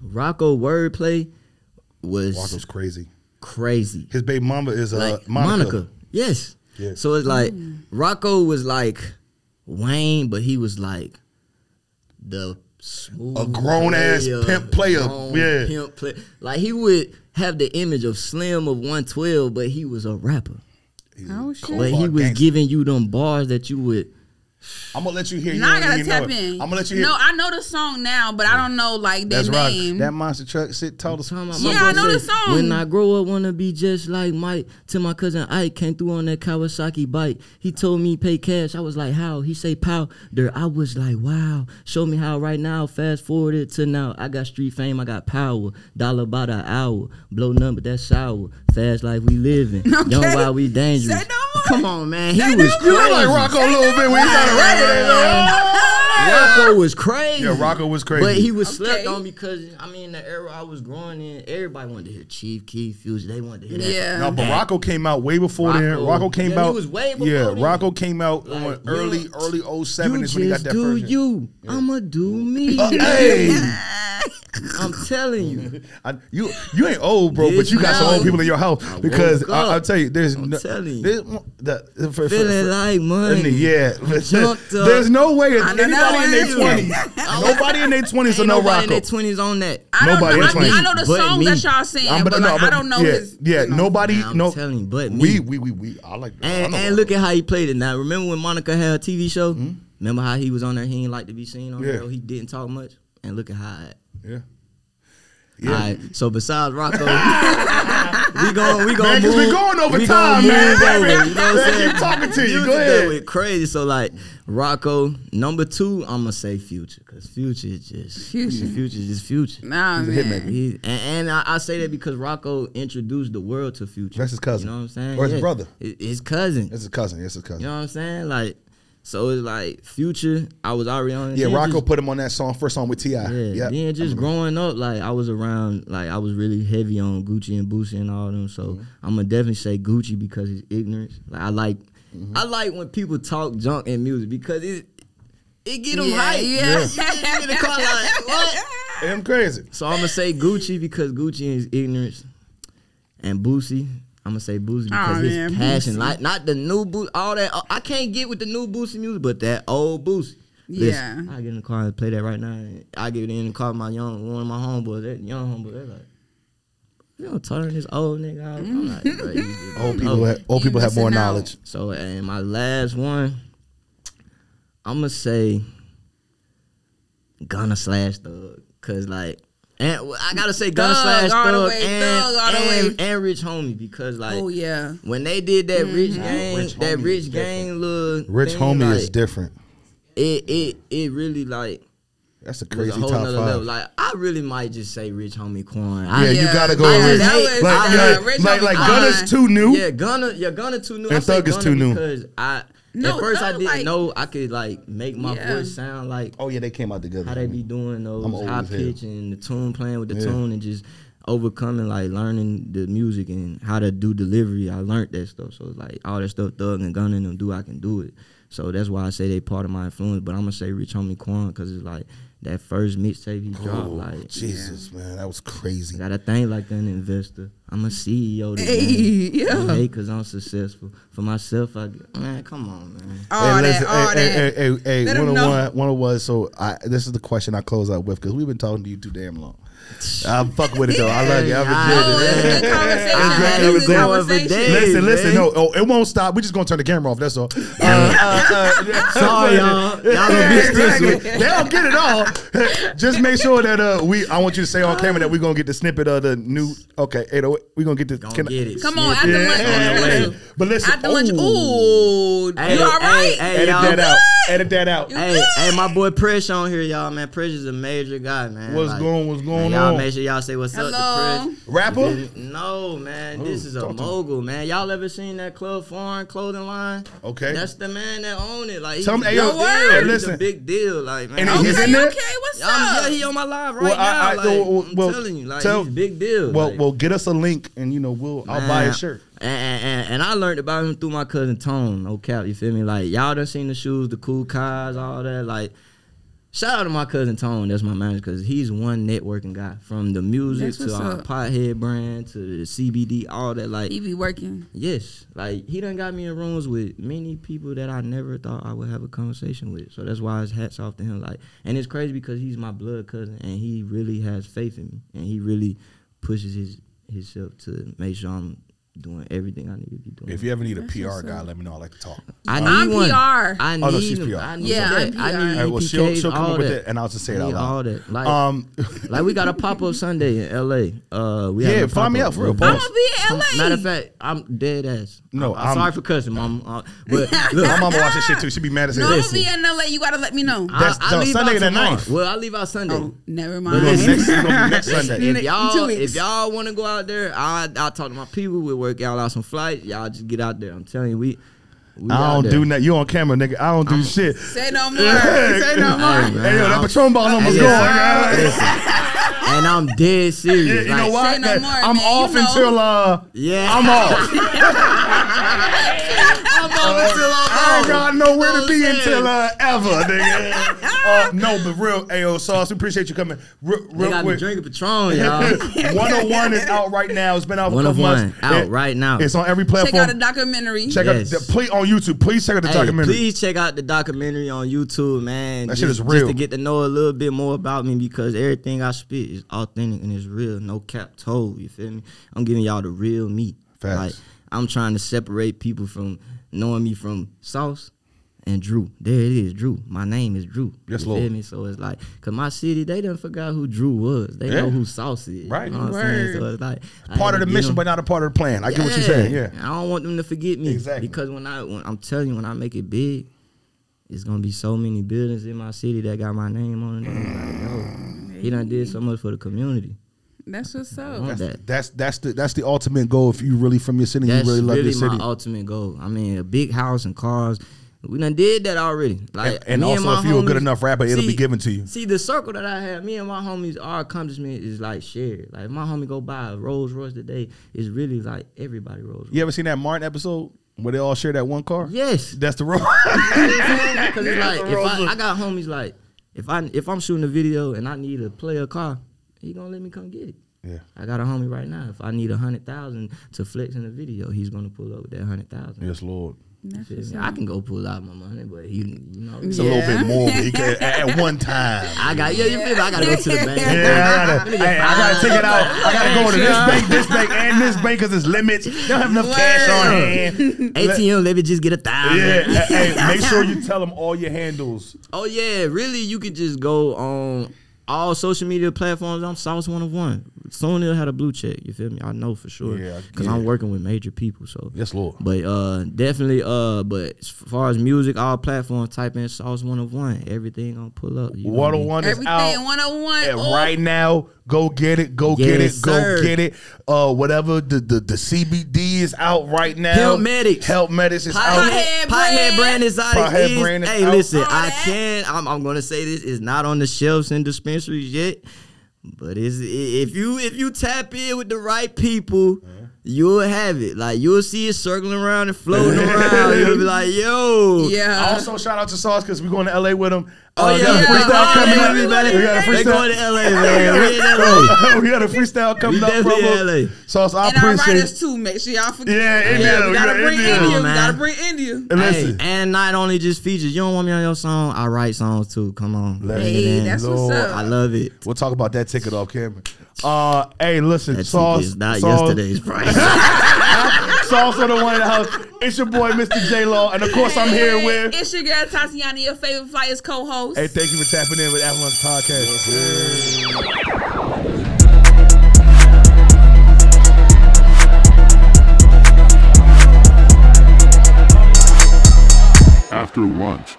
Rocco wordplay was Rocco's crazy. crazy. His baby mama is uh, like Monica. Monica. Yes. Yeah. So it's like Rocco was like Wayne, but he was like the smooth A grown-ass pimp player. grown Yeah. pimp play- Like he would have the image of Slim of 112, but he was a rapper. He's Oh, a shit. cold But he hard was gangster. giving you them bars that you would. I'm gonna let you hear. You Now I don't gotta even know tap it. in. I'm gonna let you hear. No, I know the song now, but I don't know like their that's Rock. name. That monster truck sit tall as Talking about Yeah, bro I know said, this song. When I grow up, wanna be just like Mike. Till my cousin Ike came through on that Kawasaki bike. He told me pay cash. I was like, how? He say powder. I was like, wow. Show me how right now. Fast forward it to now. I got street fame. I got power. Dollar by the hour. Blow number that sour. Fast life we living. Young Okay. while we dangerous. Say no more. Come on, man. He Say no was more. You look crazy. like Rocco a little bit when you started rapping. Rocco was crazy. Yeah, Rocco was crazy. But he was Okay. slept on because I mean the era I was growing in, everybody wanted to hear Chief Keef Future. They wanted to hear that. Yeah. No, but Rocco came out way before then. Um, Rocco. Rocco came Yeah, he out. was way before yeah, then. Rocco came out Like, on early, yeah. early 07 You is just when he got that do version. you. I'ma do me. Hey, I'm telling you. I, you you ain't old, bro, but This you got some now- old people in your house I because woke I, up. I'll tell you, there's I'm no, telling you. there's mo- the, the- for, for, Feeling for, like money. yeah, jumped up. there's no way I know that anybody in their one. twenties, nobody in their twenties will know nobody in Rocco. their twenties on that. I don't Nobody know. is I, mean, I playing. know the But song me. that y'all saying, I'm- but, like no, I don't know yeah, his. Yeah, you know. nobody. I'm no, telling you, but we, me. we, we, we, I like. I And, know and Rocco. Hmm? look at how he played it now. Remember when Monica had a TV show? Remember how he was on there? He didn't like to be seen on Yeah. there. He didn't talk much. And look at how. I act. Yeah. All right. So besides Rocco, we going we going Man, 'cause move. we going over we time, gonna move man. that way, Man, you know what I'm keep saying? talking to you. Music Go that ahead. way crazy. So like Rocco, number two, I'm gonna say Future because Future is just Future. Future. Future is just Future. Nah, man. He- and and I, I say that because Rocco introduced the world to Future. That's his cousin. You know what I'm saying? Or his brother. His- His cousin. That's his cousin. That's his cousin. You know what I'm saying? Like, so it's like Future. I was already on. Yeah, then Rocco just- put him on that song, first song with Ti. Yeah, Yeah, then just growing up, like I was around, like I was really heavy on Gucci and Boosie and all them. So I'm gonna definitely say Gucci because his ignorance. Like I like, I like when people talk junk in music because it, it get them Yeah, hype. yeah. You get in the car like, what? I'm crazy. So I'm gonna say Gucci because Gucci is ignorance, and Boosie. I'm gonna say Boosie because Aw, his man, passion, Oh, Boosie. like not the new Boosie, all that. I can't get with the new Boosie music, but that old Boosie. Listen, Yeah. I get in the car and play that right now. and I get in the car, with my young one of my homeboys, that young homeboy, they're like, "You don't turn this old nigga out." I'm like, "Bruh, you just Old don't people, know." have, old You people have more missing out. knowledge. So and my last one, I'm gonna say Gunna slash Thug, cause like and well, I gotta say Gunna Thug slash all the Thug way, and Thug all the and, and Rich Homie because like oh yeah. Mm-hmm. when they did that Rich Gang, Rich that Homie Rich is Gang little Rich thing, homie like, is different. It it it really like That's a was crazy a whole top nother five. level. Like I really might just say Rich Homie Quan. I, yeah, you Yeah. gotta go. I with just- Rich. that was- like, uh, like, Rich like, Homie like Quan. Gunna's too new. Yeah, Gunna, yeah, Gunna too new. And I say Thug is Gunna too new. Because I No, at first I Thug, didn't like- know I could like make my Yeah. voice sound like Oh yeah, they came out together. how they be doing those I'm old high as hell. pitch and the tune playing with the Yeah. tune and just overcoming like learning the music and how to do delivery. I learned that stuff. So like all that stuff Thug and Gunna and them do, I can do it. So that's why I say they part of my influence. But I'm gonna say Rich Homie Quan because it's like that first mixtape he dropped. Oh, like Jesus, man, that was I crazy. gotta think like an investor. I'm a CEO. Today. Hey, yeah. I hate cause I'm successful. For myself, I man, come on, man. All hey, that, listen, all hey, that. hey, hey, hey, Let 'em know. 101, 101. So I, this is the question I close out with because we've been talking to you too damn long. I'm fuck with it though. I love you. I'm Oh, enjoying it. it's a good conversation. I had It's a good it going for conversation. days. Listen, Hey, listen, man. no, oh, it won't stop. We're just gonna turn the camera off. That's all. Uh, uh, uh, Sorry, y'all. Y'all gonna be exactly. stressful. They don't get it all. just make sure that uh, we. I want you to say on camera that we're gonna get the snippet of the new. Okay, 808. We're gonna get the. Gonna can I- get it. Come on, after Snip it. lunch. On the way. After, But listen, lunch. Ooh, Hey, you all right? hey, hey, Edit y'all. that out. Edit that out. Hey, hey, my boy Presh on here, y'all, man. Presh is a major guy, man. What's Like, going? What's man, going y'all on? make sure y'all say what's up Hello. to Presh. Rapper. No, man. This Ooh, is a Oh, talk to me. mogul, man. Y'all ever seen that Club Foreign clothing line? Okay. That's the man that owned it. Like, Tell him, he's a hey, big yo, deal. hey, He's listen. a big deal. Like, man. And I'm he- he's okay, in there? okay, what's I'm, yeah, up? he on my live right Well, now. I- I- like, well, I'm well, telling you, like, tell- he's a big deal. Well, like, well, get us a link, and you know, we'll I'll buy a man. shirt. And, and, and I learned about him through my cousin Tone. No cap, you feel me? Like y'all done seen the shoes, the cool cars, all that. Like, shout out to my cousin Tone. That's my manager because he's one networking guy from the music That's to what's our up. pothead brand to the CBD, all that. Like, He be working. Yes, like he done got me in rooms with many people that I never thought I would have a conversation with. So that's why his hats off to him. Like, and it's crazy because he's my blood cousin, and he really has faith in me, and he really pushes his himself to make sure I'm doing everything I need to be doing. If you ever need a PR guy, let me know. I like to talk. I need I'm one. PR. I need. Oh, no, she's him. PR. I need Yeah, that. I'm I PR. need. All right, well, she'll, EPKs, she'll come E all up with that. it, and I'll just say I it out need loud. all that. Like, Um, like we got a pop up Sunday in L.A. Uh, we Yeah, having a find me pop-up. out for real, We're boss. I'm gonna be in LA. Matter of fact, I'm dead ass. No, I'm, I'm I'm- sorry for cussing, mom. Uh, but look, my mama watches shit too. She be mad as no, hell. I'm gonna listen. be in LA. You gotta let me know. I- That's- I no, leave Sunday out the tomorrow. ninth. Well, I leave out Sunday. oh, never We're mind. gonna next, we're gonna next Sunday. If In y'all, two weeks. if y'all want to go out there, I I talk to my people. We work y'all out some flights. Y'all just get out there. I'm telling you, we. we I out don't there. do nothing. You on camera, nigga. I don't do shit. Say no more. Say no more. Hey, man, Hey, yo, that I'm- Patron ball almost Hey, gone. listen, nigga. listen. and I'm dead serious. Yeah, you know like, why? Say no Cause more, I'm man, off you know. until uh, Yeah, I'm off. I'm off until I I'm ain't off. got nowhere to be Know what I'm until saying? uh, ever, nigga. Uh, no, but real, Ayo Sauce, we appreciate you coming. Real, They real got me quick. drinking Patron, y'all. 101 is out right now. It's been out for a couple 101 months. out It- right now. It's on every Check out platform. a documentary. Check Yes. out the, please on YouTube. Please check out the Hey, documentary. Please check out the documentary on YouTube, man. That shit Just- is real. Just to get to know a little bit more about me because everything I spit is authentic and it's real. No cap told. You feel me? I'm giving y'all the real me. Facts. Like I'm trying to separate people from knowing me from Sauce and Drew. There it is, Drew. My name is Drew. Yes, you Lord. Feel me? So it's like, cause my city, they done forgot who Drew was. They Yeah. know who Sauce is. Right. You know what I'm saying? So Word. it's like I part had of to the get mission, them- but not a part of the plan. I get what you're saying. Yeah. I don't want them to forget me. Exactly. Because when I when I'm telling you, when I make it big, it's gonna be so many buildings in my city that got my name on it. I'm like, yo, he done did so much for the community. That's what's I up. want that. That's that's the that's the ultimate goal. If you really from your city, That's you really really, love your city. my ultimate goal. I mean, a big house and cars. We done did that already. Like, And- and me also my if you a good homies- enough rapper, it'll be given to you. See, the circle that I have, me and my homies, our accomplishment is like shared. Like, if my homie go buy a Rolls Royce today, it's really like everybody Rolls Royce. you ever seen that Martin episode where they all share that one car? Yes. That's the role. Because it's like, if Rolls I, I got homies like, If I if I'm shooting a video and I need to play a car, he gonna let me come get it. Yeah. I got a homie right now. If I need a hundred thousand to flex in a video, he's gonna pull up with that hundred thousand. Yes, Lord. That's Feel what's me? I up. can go pull out my money, but he, you know, It's a little Yeah. bit more, but he can at, at one time. I got yeah, you feel me? I gotta go to the bank. Yeah, I gotta, hey, I gotta take it out. I gotta go to this bank, this bank, and this bank because it's limits. They don't have enough cash on hand. ATM, let me just get a thousand. Yeah, hey, hey, make sure you tell them all your handles. Oh yeah, really? You could just go on all social media platforms. I'm Sauce 101. Soon it'll have a blue check. You feel me? I know for sure. Yeah, Cause yeah. I'm working with major people. So Yes, Lord. But uh, definitely uh, but as far as music, all platforms, type in Sauce 101. Everything gonna pull up. You know what I mean? 101 is Everything out. 101. And oh, right now, go get it, go get Yes, it, go sir. get it. Uh, whatever the, the the CBD is out right now. Help Medics. Help Medics is out. Pothead Pothead, brand. Pothead brand is out. Pothead It is. brand is hey, out. listen, I Pothead. can. I'm, I'm gonna say this is not on the shelves in dispensaries yet, but is if you if you tap in with the right people, Uh-huh. you'll have it. Like you'll see it circling around and floating around. You'll be like, yo, Yeah. Also, shout out to Sauce because we're going to LA with him. Oh, Uh, we got yeah, a yeah. freestyle Oh, coming up. We got a freestyle. yeah, everybody. They going to LA, man. We in LA. we got a freestyle coming We up from definitely in us. LA. Sauce, I and our writers appreciate too. Make sure y'all forget. Yeah, India, we we gotta got bring India. India. Come on, We gotta man. bring India. And Hey, listen. and not only just features. You don't want me on your song. I write songs too. Come on, Let Bring it Hey, in. that's what's Lord, up. I love it. We'll talk about that ticket off camera. Uh, hey, listen, That Sauce. ticket is not Sauce, yesterday's price. Sauce on the one in the house. It's your boy, Mr. J Law, and of course, I'm here Hey, with. It's your girl Tatiana, your favorite flyers co-host. Hey, thank you for tapping in with Avalanche Podcast. After lunch.